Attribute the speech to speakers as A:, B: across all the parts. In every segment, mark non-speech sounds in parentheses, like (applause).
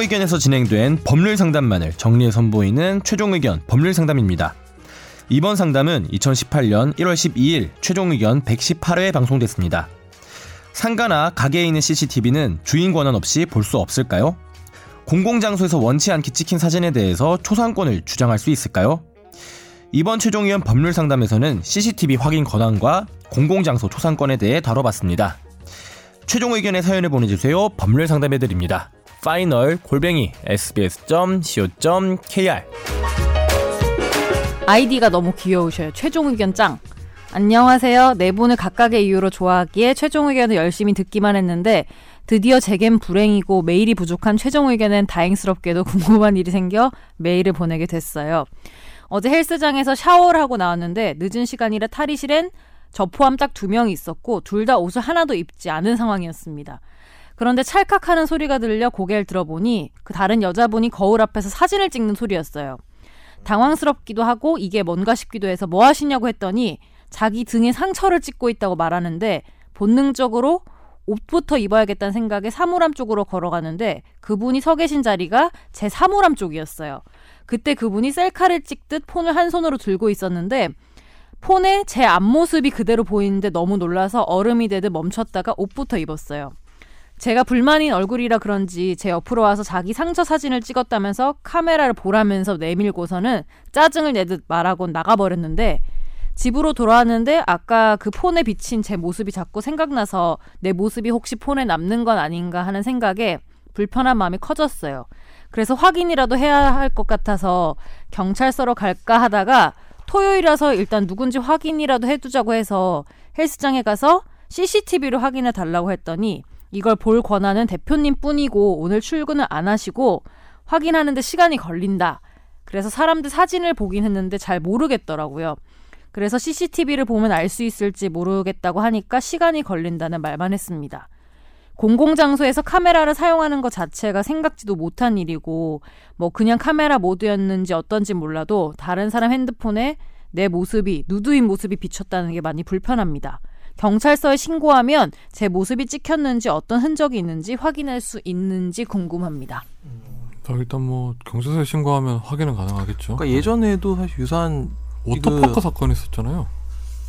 A: 의견에서 진행된 법률 상담만을 정리해 선보이는 최종 의견 법률 상담입니다. 이번 상담은 2018년 1월 12일 최종 의견 118회 방송됐습니다. 상가나 가게에 있는 CCTV는 주인 권한 없이 볼 수 없을까요? 공공장소에서 원치 않게 찍힌 사진에 대해서 초상권을 주장할 수 있을까요? 이번 최종위원 법률 상담에서는 CCTV 확인 권한과 공공장소 초상권에 대해 다뤄봤습니다. 최종 의견의 사연을 보내주세요. 법률 상담해드립니다. 파이널 골뱅이 sbs.co.kr
B: 아이디가 너무 귀여우셔요. 최종 의견 짱. 안녕하세요. 네 분을 각각의 이유로 좋아하기에 최종 의견을 열심히 듣기만 했는데 드디어 제겐 불행이고 메일이 부족한 최종 의견엔 다행스럽게도 (laughs) 궁금한 일이 생겨 메일을 보내게 됐어요. 어제 헬스장에서 샤워를 하고 나왔는데 늦은 시간이라 탈의실엔 저 포함 딱 두 명이 있었고 둘 다 옷을 하나도 입지 않은 상황이었습니다. 그런데 찰칵하는 소리가 들려 고개를 들어보니 그 다른 여자분이 거울 앞에서 사진을 찍는 소리였어요. 당황스럽기도 하고 이게 뭔가 싶기도 해서 뭐 하시냐고 했더니 자기 등에 상처를 찍고 있다고 말하는데 본능적으로 옷부터 입어야겠다는 생각에 사물함 쪽으로 걸어가는데 그분이 서 계신 자리가 제 사물함 쪽이었어요. 그때 그분이 셀카를 찍듯 폰을 한 손으로 들고 있었는데 폰에 제 앞모습이 그대로 보이는데 너무 놀라서 얼음이 되듯 멈췄다가 옷부터 입었어요. 제가 불만인 얼굴이라 그런지 제 옆으로 와서 자기 상처 사진을 찍었다면서 카메라를 보라면서 내밀고서는 짜증을 내듯 말하곤 나가버렸는데 집으로 돌아왔는데 아까 그 폰에 비친 제 모습이 자꾸 생각나서 내 모습이 혹시 폰에 남는 건 아닌가 하는 생각에 불편한 마음이 커졌어요. 그래서 확인이라도 해야 할 것 같아서 경찰서로 갈까 하다가 토요일이라서 일단 누군지 확인이라도 해두자고 해서 헬스장에 가서 CCTV로 확인해 달라고 했더니 이걸 볼 권한은 대표님 뿐이고 오늘 출근을 안 하시고 확인하는데 시간이 걸린다. 그래서 사람들 사진을 보긴 했는데 잘 모르겠더라고요. 그래서 CCTV를 보면 알 수 있을지 모르겠다고 하니까 시간이 걸린다는 말만 했습니다. 공공장소에서 카메라를 사용하는 것 자체가 생각지도 못한 일이고, 뭐 그냥 카메라 모드였는지 어떤지 몰라도 다른 사람 핸드폰에 내 모습이, 누드인 모습이 비쳤다는 게 많이 불편합니다. 경찰서에 신고하면 제 모습이 찍혔는지 어떤 흔적이 있는지 확인할 수 있는지 궁금합니다.
C: 자, 일단 뭐 경찰서에 신고하면 확인은 가능하겠죠.
D: 그러니까 예전에도 사실 유사한
C: 워터파크
D: 그-
C: 사건 있었잖아요.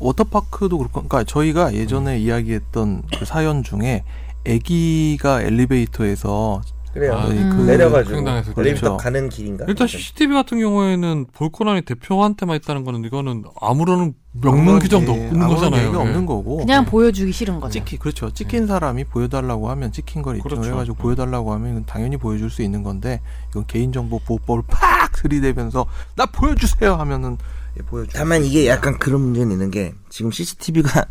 D: 워터파크도 그렇고 그러니까 저희가 예전에
E: 음.
D: 이야기했던 그 사연 중에 아기가 엘리베이터에서
E: 그래요.
C: 아,
D: 저희
B: 음.
D: 그
E: 네, 내려가지고
C: 평당에서
E: 레이터
D: 그렇죠.
E: 가는 길인가?
C: 일단
A: 네.
E: 시
C: CCTV 같은 경우에는 볼 권한이 대표한테만 있다는 거는 이거는 아무런 명문 규정도
D: 예,
C: 없는
D: 아무런
C: 거잖아요.
D: 얘기가
C: 예.
D: 없는 거고
E: 어,
B: 그냥
E: 네.
B: 보여주기 싫은 거죠.
D: 찍히 그렇죠. 찍힌 사람이 보여달라고 하면 찍힌 걸 입증을
C: 그렇죠.
D: 해가지고 보여달라고 하면 이건 당연히 보여줄 수 있는 건데 이건 개인정보 보호법을 팍 들이대면서 나 보여주세요 하면은 예, 보여주.
E: 다만 이게 약간 그런 문제는 있는 게 지금 CCTV가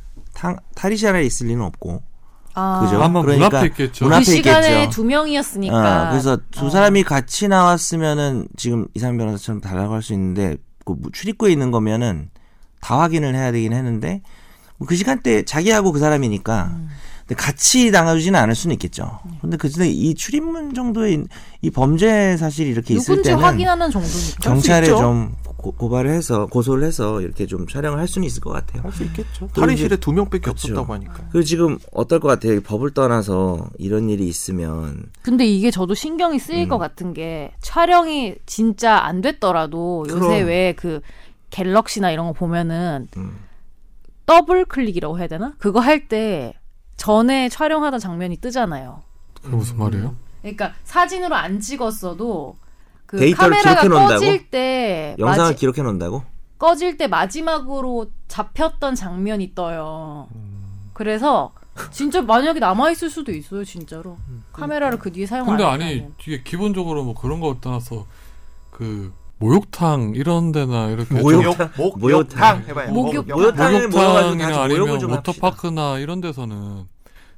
E: 탈의실에 있을 리는 없고
B: 아,
E: 그죠?
C: 아마 문
E: 그러니까
C: 앞에 있겠죠.
E: 문
B: 그
E: 앞에
B: 시간에
E: 있겠죠.
B: 두 명이었으니까.
E: 아, 그래서 두
B: 어.
E: 사람이 같이 나왔으면은 지금 이상 변호사처럼 달라고 할 수 있는데 그 무- 출입구에 있는 거면은 다 확인을 해야 되긴 했는데 뭐그 시간대 자기하고 그 사람이니까
B: 음.
E: 근데 같이 당하지는 않을 수는 있겠죠. 근데 그 전에 이 출입문 정도의 이 범죄 사실이 이렇게 있을
B: 누군지
E: 때는
B: 확인하는 정도니까.
E: 경찰에
D: 있죠.
E: 좀 고, 고발을 해서 고소를 해서 이렇게 좀 촬영을 할 수는 있을 것 같아요.
D: 할 수 있겠죠.
E: 또
D: 탈의실에 두 명밖에
E: 그렇죠.
D: 없었다고 하니까.
E: 그리고 지금 어떨 것 같아요? 이 법을 떠나서 이런 일이 있으면
B: 근데 이게 저도 신경이 쓰일
E: 음.
B: 것 같은 게 촬영이 진짜 안 됐더라도 요새
E: 그럼.
B: 왜 그 갤럭시나 이런 거 보면은
E: 음.
B: 더블 클릭이라고 해야 되나? 그거 할 때 전에 촬영하던 장면이 뜨잖아요.
C: 네, 그게 무슨 말이에요?
B: 그러니까 사진으로 안 찍었어도 그
E: 데이터를
B: 카메라가
E: 기록해놓는다고?
B: 꺼질
D: 네,
B: 때
E: 영상을
B: 마지-
E: 기록해 놓는다고?
B: 꺼질 때 마지막으로 잡혔던 장면이 떠요.
E: 음.
B: 그래서 진짜 만약에 남아 있을 수도 있어요, 진짜로.
E: 음, 그러니까.
B: 카메라를 그 뒤에 사용 안
C: 근데
B: 하면.
C: 아니 이게 기본적으로 뭐 그런 거 떠나서 그 목욕탕 이런 데나 이렇게
D: 네,
C: 좀
E: 목욕탕? 목욕탕.
D: 해봐요.
B: 목욕-
E: 목욕탕에 모여가지고
C: 목욕탕이나
E: 다
C: 아니면
E: 모욕을 좀 합시다.
C: 워터파크나 이런 데서는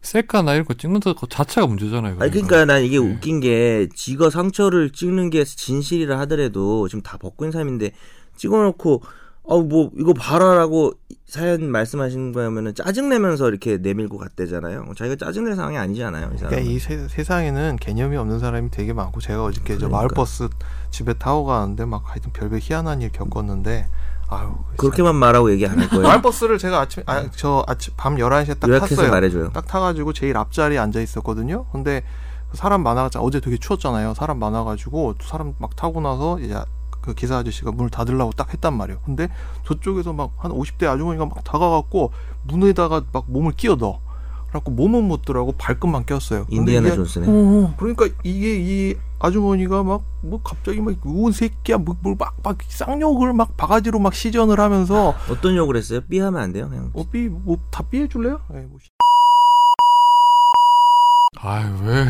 C: 셀카나 이런 거 찍는 것 자체가 문제잖아요.
E: 아니 그러니까 난 이게
C: 네.
E: 웃긴 게 지가 상처를 찍는 게 진실이라 하더라도 지금 다 벗고 있는 사람인데 찍어놓고 아 뭐 이거 봐라라고 사연 말씀하신 거면은 짜증 내면서 이렇게 내밀고 갔대잖아요. 자기가 짜증 낼 상황이 아니잖아요. 이 사람.
D: 그러니까 이 세, 세상에는 개념이 없는 사람이 되게 많고 제가 어저께 저
E: 그러니까.
D: 마을버스 집에 타고 가는데 막 하여튼 별별 희한한 일 겪었는데 아유
E: 그렇게만 말하고 얘기 안 할
D: 진짜.
E: 거예요.
D: 마을버스를 제가 아침 아, 저 아침 밤 11시에 딱
E: 요약해서
D: 탔어요.
E: 말해줘요.
D: 딱 타가지고 제일 앞자리에 앉아 있었거든요. 근데 사람 많아가지고 어제 되게 추웠잖아요. 사람 많아가지고 사람 막 타고 나서 이제 그 기사 아저씨가 문을 닫으려고 딱 했단 말이에요. 근데 저쪽에서 막 한 50대 아주머니가 막 다가갔고 문에다가 막 몸을 끼워 넣어. 그래갖고 몸은 못 들어가고 발끝만 꼈어요. 근데
E: 인디애나
D: 이게
E: 존스네.
B: 오.
D: 그러니까 이게 이 아주머니가 막 뭐 갑자기 막 우은 새끼야 뭐막막 쌍욕을 막 바가지로 막 시전을 하면서
E: 어떤 욕을 했어요? 삐하면 안 돼요? 그냥
D: 어삐 뭐다 삐해 줄래요? 예, 뭐
C: 아유
B: (laughs)
C: 왜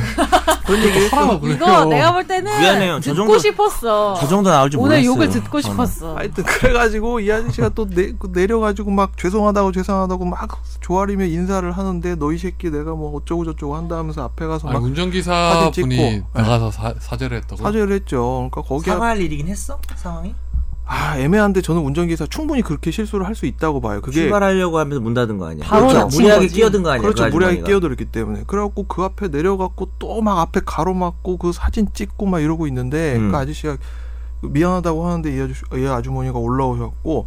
D: 그런 얘기
C: 하라고 그래요?
B: 이거 내가 볼 때는
E: 미안해요. 저
B: 듣고
E: 정도-
B: 싶었어.
E: 저 정도 나올 줄
B: 오늘
E: 몰랐어요.
B: 욕을 듣고
E: 저는.
B: 싶었어.
D: 하여튼 그래가지고 이 아저씨가 또 내, 그 내려가지고 막 죄송하다고 죄송하다고 막 조아리며 인사를 하는데 너 이 새끼 내가 뭐 어쩌고 저쩌고 한다 하면서 앞에 가서
C: 아니,
D: 막
C: 운전기사
D: 사진 찍고.
E: 네.
C: 분이 나가서 사, 사죄를 했다고
D: 사죄를 했죠. 그러니까 거기에
E: 사과할 일이긴 했어? 상황이?
D: 아 애매한데 저는 운전기사 충분히 그렇게 실수를 할 수 있다고 봐요. 그게
E: 출발하려고 하면서 문 닫은 거 아니야?
B: 바로
E: 그렇죠.
B: 닫힌
E: 무리하게
B: 거지.
E: 끼어든 거 아니야?
D: 그렇죠.
E: 그
D: 무리하게
E: 아주머니가.
D: 끼어들었기 때문에. 그래갖고 그 앞에 내려갔고 또 막 앞에 가로막고 그 사진 찍고 막 이러고 있는데
E: 음.
D: 그 아저씨가 미안하다고 하는데 이, 아저씨, 이 아주머니가 올라오셨고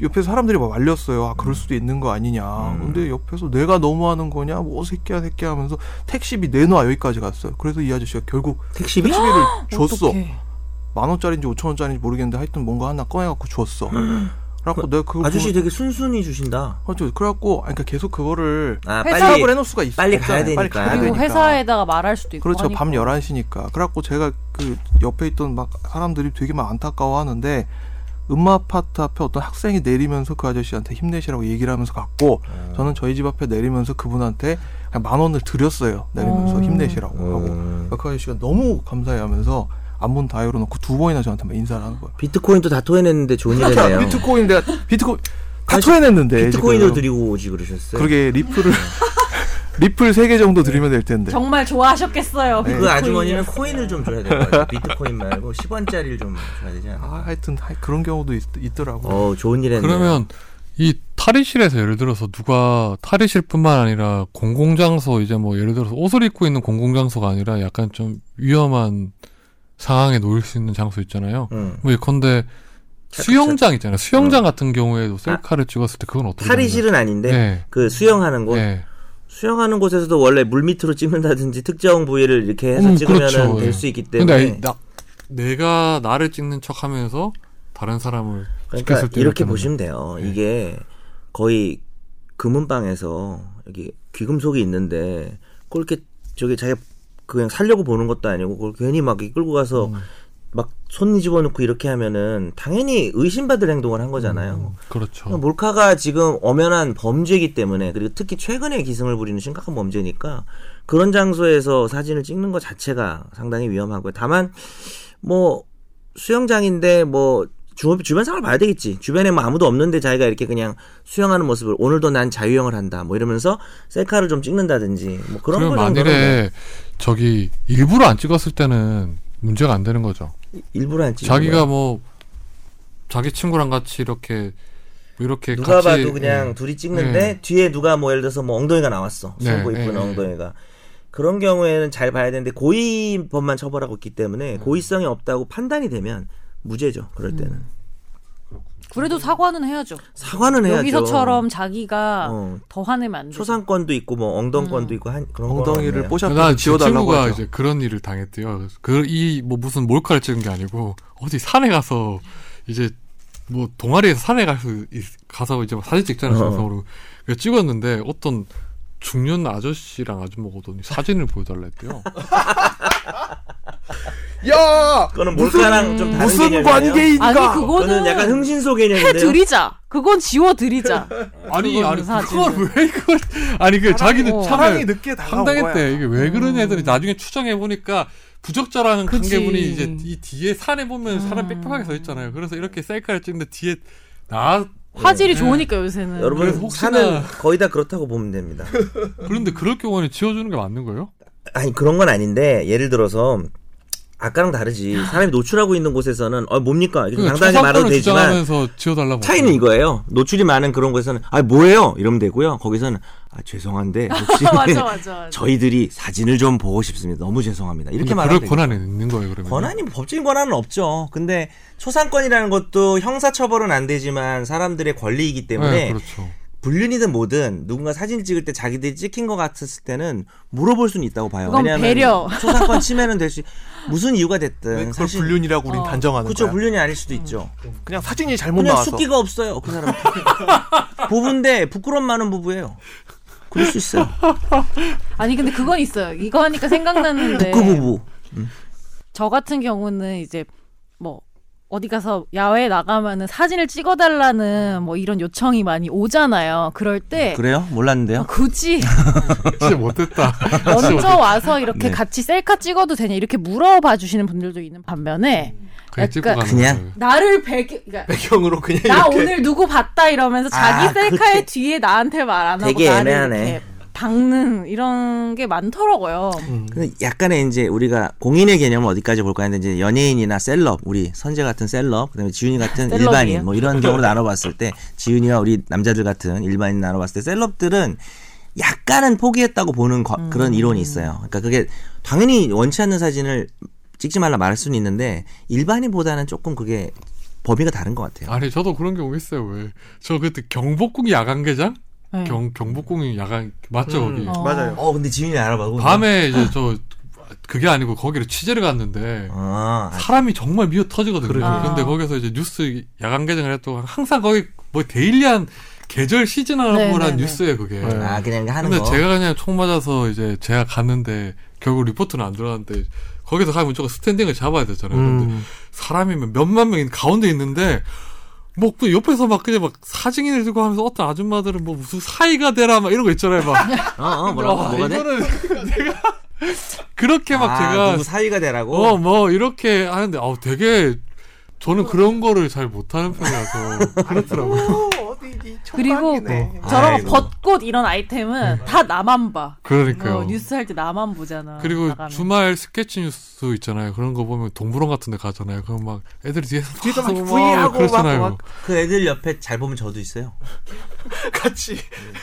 D: 옆에 사람들이 막 말렸어요. 아, 그럴 수도 있는 거 아니냐.
E: 음.
D: 근데 옆에서 내가 너무하는 거냐. 뭐 새끼야 새끼야 하면서 택시비 내놔 여기까지 갔어요. 그래서 이 아저씨가 결국
E: 택시비?
D: 택시비를 줬어.
B: 어떡해.
D: 만 원짜리인지 오천 원짜리인지 모르겠는데 하여튼 뭔가 하나 꺼내갖고 줬어. 그래갖고 내가 그거
E: 음. 아저씨
D: 보고-
E: 되게 순순히 주신다.
D: 그렇죠. 그래갖고 아니, 그러니까 계속 그거를
E: 아
B: 회사
E: 빨리
D: 사업을 해놓을 수가 있어.
E: 빨리 가야
D: 없잖아요. 빨리
E: 되니까.
D: 가야
E: 그리고
B: 그리고
D: 되니까.
B: 회사에다가 말할 수도 있고.
D: 그렇죠.
B: 하니까. 뭐.
D: 밤 11시니까. 그래갖고 제가 그 옆에 있던 막 사람들이 되게 막 안타까워하는데 음마 아파트 앞에 어떤 학생이 내리면서 그 아저씨한테 힘내시라고 얘기를 하면서 갔고
E: 음.
D: 저는 저희 집 앞에 내리면서 그분한테 그냥 만 원을 드렸어요. 내리면서
B: 음.
D: 힘내시라고 하고
E: 음.
D: 그 아저씨가 너무 감사해하면서 안문 다 열어놓고 두 번이나 저한테 막 인사를 하는 거예요.
E: 비트코인도 다 토해냈는데 좋은 일
D: 그러니까
E: (laughs) 했네요.
D: 비트코인 내가 비트코인 다
E: 다시
D: 토해냈는데
E: 비트코인으로
D: 지금.
E: 드리고 오지 그러셨어요.
D: 그러게
E: (laughs)
D: 리플을 (laughs) 리플 세 개 정도 드리면 될 텐데.
B: 정말 좋아하셨겠어요.
D: 네.
E: 그 아주머니는 코인을 좀 줘야 될 것 같아요. 비트코인 말고 10원짜리를 좀 줘야 되지 않나?
D: 아, 하여튼 하여- 그런 경우도 있, 더라고요
E: 어, 좋은 일 했네요.
C: 그러면 이 탈의실에서 예를 들어서 누가 탈의실뿐만 아니라 공공장소 이제 뭐 예를 들어서 옷을 입고 있는 공공장소가 아니라 약간 좀 위험한 상황에 놓일 수 있는 장소 있잖아요.
E: 응.
C: 뭐 예컨대
E: 음. 자- 음. 아.
C: 수영장 있잖아요. 수영장 같은 경우에도 셀카를 찍었을 때 그건 어떻게
E: 탈의실은 아닌데
B: 네.
C: 되나요?
E: 그 수영하는 곳
C: 네. 네.
E: 수영하는 곳에서도 원래 물 밑으로 찍는다든지 특정 부위를 이렇게 해서
C: 음,
E: 찍으면
C: 그렇죠.
E: 될
C: 예.
E: 수 있기
C: 근데
E: 때문에
C: 나, 내가 나를 찍는 척하면서 다른 사람을
E: 그러니까
C: 찍혔을 때
E: 이렇게
C: 나타나는
E: 보시면 돼요.
C: 예.
E: 이게 거의 금은방에서 여기 귀금속이 있는데 그걸 이렇게 저기 자기 그냥 살려고 보는 것도 아니고 그걸 괜히 막 이렇게 끌고 가서
C: 음.
E: 막 손 집어넣고 이렇게 하면은 당연히 의심받을 행동을 한 거잖아요.
C: 그렇죠.
E: 몰카가 지금 엄연한 범죄이기 때문에 그리고 특히 최근에 기승을 부리는 심각한 범죄니까 그런 장소에서 사진을 찍는 것 자체가 상당히 위험하고요. 다만 뭐 수영장인데 뭐 주, 주변 상황을 봐야 되겠지. 주변에 뭐 아무도 없는데 자기가 이렇게 그냥 수영하는 모습을 오늘도 난 자유형을 한다. 뭐 이러면서 셀카를 좀 찍는다든지 뭐 그런
C: 그럼
E: 거 정도는
C: 만일에 저기 일부러 안 찍었을 때는 문제가 안 되는 거죠.
E: 뭐 일부러 안 찍는
C: 자기가
E: 거예요.
C: 뭐 자기 친구랑 같이 이렇게 뭐 이렇게
E: 누가
C: 같이
E: 봐도 그냥 둘이 찍는데
C: 네.
E: 뒤에 누가 뭐 예를 들어서 뭐 엉덩이가 나왔어.
C: 네,
E: 숨고
C: 네,
E: 이쁜
C: 네.
E: 엉덩이가. 그런 경우에는 잘 봐야 되는데 고의범만 처벌하고 있기 때문에 고의성이 없다고 판단이 되면 무죄죠. 그럴 때는
B: 그래도 사과는 해야죠.
E: 사과는 해야죠.
B: 여기서처럼 자기가
E: 어.
B: 더 화내면 안 돼.
E: 초상권도 있고 뭐
B: 음.
E: 엉덩권도 있고 한 그런
D: 엉덩이를
E: 뽀
D: 뽀샵해서
C: 난제
D: 지워달라고
C: 친구가
D: 하죠.
C: 이제 그런 일을 당했대요. 그 이 뭐 무슨 몰카를 찍은 게 아니고 어디 산에 가서 이제 뭐 동아리에서 산에 가서 가서 이제 막 사진 찍잖아요.
E: 어.
C: 정상으로 그래서 찍었는데 어떤 중년 아저씨랑 아주머니가 오더니 사진을 보여달라
E: (laughs)
C: 했대요.
D: 야
E: 그거는 몰카랑 좀 다른
D: 무슨
E: 개념이에요.
D: 관계인가?
B: 아니
E: 그거는
B: 그거는
E: 약간 흥신소 개념인데요. 네.
B: 해드리자. 그건
E: (laughs)
B: 지워드리자.
C: 아니
B: 그거는
C: 아니
B: 사진을.
C: 그걸 왜 그걸 아니 그 자기는
B: 어.
C: 참을
D: 늦게
C: 황당했대. 이게 왜 그러냐 했더니 나중에 추정해 보니까 부적절한
B: 음. 그치.
C: 관계분이 이제 이 뒤에 산에 보면 사람
B: 음.
C: 빽빽하게 서 있잖아요. 그래서 이렇게 셀카를 찍는데 뒤에 나
B: 화질이
C: 네.
B: 좋으니까 요새는.
E: 여러분
C: 그래서 혹시나-
E: 사는 거의 다 그렇다고 보면 됩니다.
C: 그런데 그럴 경우에는 지워주는 게 맞는 거예요?
E: 아니 그런 건 아닌데 예를 들어서 아까랑 다르지 사람이 노출하고 있는 곳에서는 어 뭡니까 이렇게
C: 그러니까
E: 당당하게 말해도
C: 초상권을
E: 되지만
C: 주장하면서 지워달라고
E: 차이는 이거예요 노출이 많은 그런 곳에서는 아 뭐예요 이러면 되고요 거기서는 아
C: (laughs)
E: 죄송한데 혹시
B: 맞아 맞아. 맞아.
E: (laughs) 저희들이 사진을 좀 보고 싶습니다 너무 죄송합니다 이렇게
C: 이렇게
E: 말하면
C: 그러니까 그럴
E: 되죠.
C: 권한이 있는 거예요 그러면
E: 권한이 법적인 권한은 없죠 근데 초상권이라는 것도 형사처벌은 안 되지만 사람들의 권리이기 때문에
C: 네, 그렇죠.
E: 불륜이든 뭐든 누군가 사진 찍을 때 자기들이 찍힌 것 같았을 때는 물어볼 수는 있다고 봐요.
B: 그건
E: 왜냐하면
B: 배려.
E: 초상권 침해는 될 수 무슨 이유가
D: 왜
E: 됐든
D: 그걸
E: 사실
D: 불륜이라고 우린
B: 어.
D: 단정하는
E: 그쵸
D: 거야?
E: 불륜이 아닐 수도 있죠.
D: 그냥 사진이 잘못
E: 그냥
D: 나와서
E: 숙기가 없어요 그 사람. (laughs) 부부인데 부끄럼 많은 부부예요. 그럴 수 있어요.
B: 아니 근데 그건 있어요. 이거 하니까 생각나는데
E: 그 부부.
B: 저 같은 경우는 이제 뭐 어디 가서 야외에 나가면은 사진을 찍어달라는 뭐 이런 요청이 많이 오잖아요. 그럴 때
E: 음, 그래요? 몰랐는데요.
B: 굳이
E: (laughs)
B: (laughs)
C: 진짜 못됐다.
B: 먼저 와서 이렇게
E: 네.
B: 같이 셀카 찍어도 되냐 이렇게 물어봐 주시는 분들도 있는 반면에
C: 그냥 찍고
B: 약간
C: 가는
E: 그냥
C: 거예요.
B: 나를 배경 그러니까
D: 배경으로 그냥
B: 나
D: 이렇게
B: 오늘 누구 봤다 이러면서 자기
E: 아,
B: 셀카의 뒤에 나한테 말 안 하고
E: 되게
B: 나를
E: 애매하네.
B: 이렇게 박는 이런 게 많더라고요.
E: 근데 약간의 이제 우리가 공인의 개념을 어디까지 볼까 했는데 이제 연예인이나 셀럽, 우리 선재 같은 셀럽, 그다음에 지윤이 같은
B: 아, 셀럽이에요?
E: 일반인 뭐 이런 경우로 나눠봤을 때 지윤이와 우리 남자들 같은 일반인 나눠봤을 때 셀럽들은 약간은 포기했다고 보는
B: 음.
E: 거- 그런 이론이 있어요. 그러니까 그게 당연히 원치 않는 사진을 찍지 말라 말할 수는 있는데 일반인보다는 조금 그게 범위가 다른 것 같아요.
C: 아니 저도 그런 경우 있어요. 왜? 저 그때 경복궁 야간개장?
B: 네.
C: 경 경복궁이 야간 맞죠
D: 음,
C: 거기.
B: 어.
D: 맞아요.
E: 어 근데 지윤이 알아봐고
C: 밤에 이제 저 그게 아니고 거기를 취재를 갔는데
E: 아,
C: 사람이 정말 미어 터지거든요.
D: 그러게요.
C: 근데
B: 아.
C: 거기서 이제 뉴스 야간 개장을 해도 항상 거기 뭐 데일리한 계절
B: 네, 네,
C: 시즌하고란
B: 네.
C: 뉴스예요 그게.
E: 아, 아, 그냥 하는
C: 근데
E: 거.
C: 제가 그냥 총 맞아서 이제 제가 갔는데 결국 리포트는 안 들어갔는데 거기서 가면 저거 스탠딩을 잡아야 되잖아요. 근데
D: 음.
C: 사람이 몇- 몇만 명이 가운데 있는데 뭐 그 옆에서 막 그냥 막 사진을 들고 하면서 어떤 아줌마들은 뭐 무슨 사이가 되라 막 이런 거 있잖아요. 막
E: 어, 어 뭐라고
C: 와,
E: 뭐가 돼?
C: 이거는 그러니까 내가 그렇게 막
E: 아,
C: 제가
E: 누구 사이가 되라고.
C: 어 뭐 이렇게 하는데 아우 되게 저는 그런 거를 잘 못하는 편이라서 그렇더라고요.
B: 그리고
E: 아,
B: 저런
E: 아이고. 네.
B: 벚꽃 이런 아이템은 다 나만 봐.
C: 그러니까요.
B: 어, 뉴스 할 때 나만 보잖아.
C: 그리고
B: 나가면.
C: 주말 스케치 뉴스 있잖아요. 그런 거 보면 동물원 같은 데 가잖아요. 그럼 막 애들이 뒤에서
D: 뒤에서 막
C: 와서
D: 부위하고
C: 그렇잖아요.
D: 막-
E: 그 애들 옆에 잘 보면 저도 있어요.
D: 같이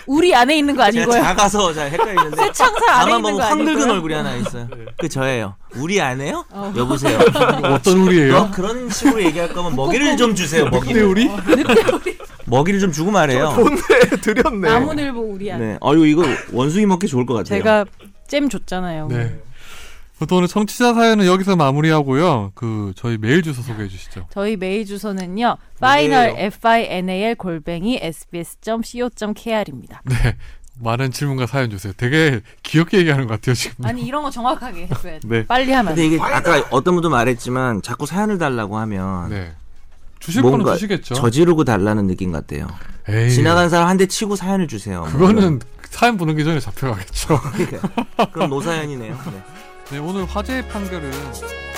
B: 우리 안에 있는 거 아닌
E: 제가
B: 거야?
E: 작아서 잘 헷갈리는데
B: 세창사 안에
E: 가만
B: 있는
E: 보면
B: 거
E: 확
B: 아닌
E: 늙은
B: 거야?
E: 얼굴이 하나 있어요.
C: 네.
E: 그 저예요. 우리 아내요?
B: 어.
E: 여보세요.
C: (laughs) 어떤 우리예요?
E: 너 그런 식으로 얘기할 거면 먹이를 좀 주세요.
C: 근데
E: 먹이를
C: 우리
B: 네,
E: 먹이를 좀 주고 말해요.
D: 드렸네.
B: 나무늘보 우리 안에.
E: 네. 아유 이거 원숭이 먹기 좋을 것 같아요.
B: 제가 잼 줬잖아요.
C: 네. 또 오늘 청취자 사연은 여기서 마무리하고요. 그 저희 메일 주소 소개해 주시죠.
B: 저희 메일 주소는요. final f i n a l 골뱅이 s b s c o k r입니다.
C: 네. 많은 질문과 사연 주세요. 되게 귀엽게 얘기하는 것 같아요, 지금.
B: 아니 이런 거 정확하게 해줘야 돼.
C: 네.
B: 빨리 하면.
E: 근데 이게 아까 어떤 분도 말했지만 자꾸 사연을 달라고 하면
C: 네. 주실 거는
E: 아. 뭔가
C: 주시겠죠.
E: 저지르고 달라는 느낌 같아요.
C: 에이.
E: 지나간 사람 한 대 치고 사연을 주세요.
C: 그거는 사연 보는 기 전에 잡혀가겠죠.
E: 그럼 노사연이네요. 네.
C: 네, 오늘 화제의 판결은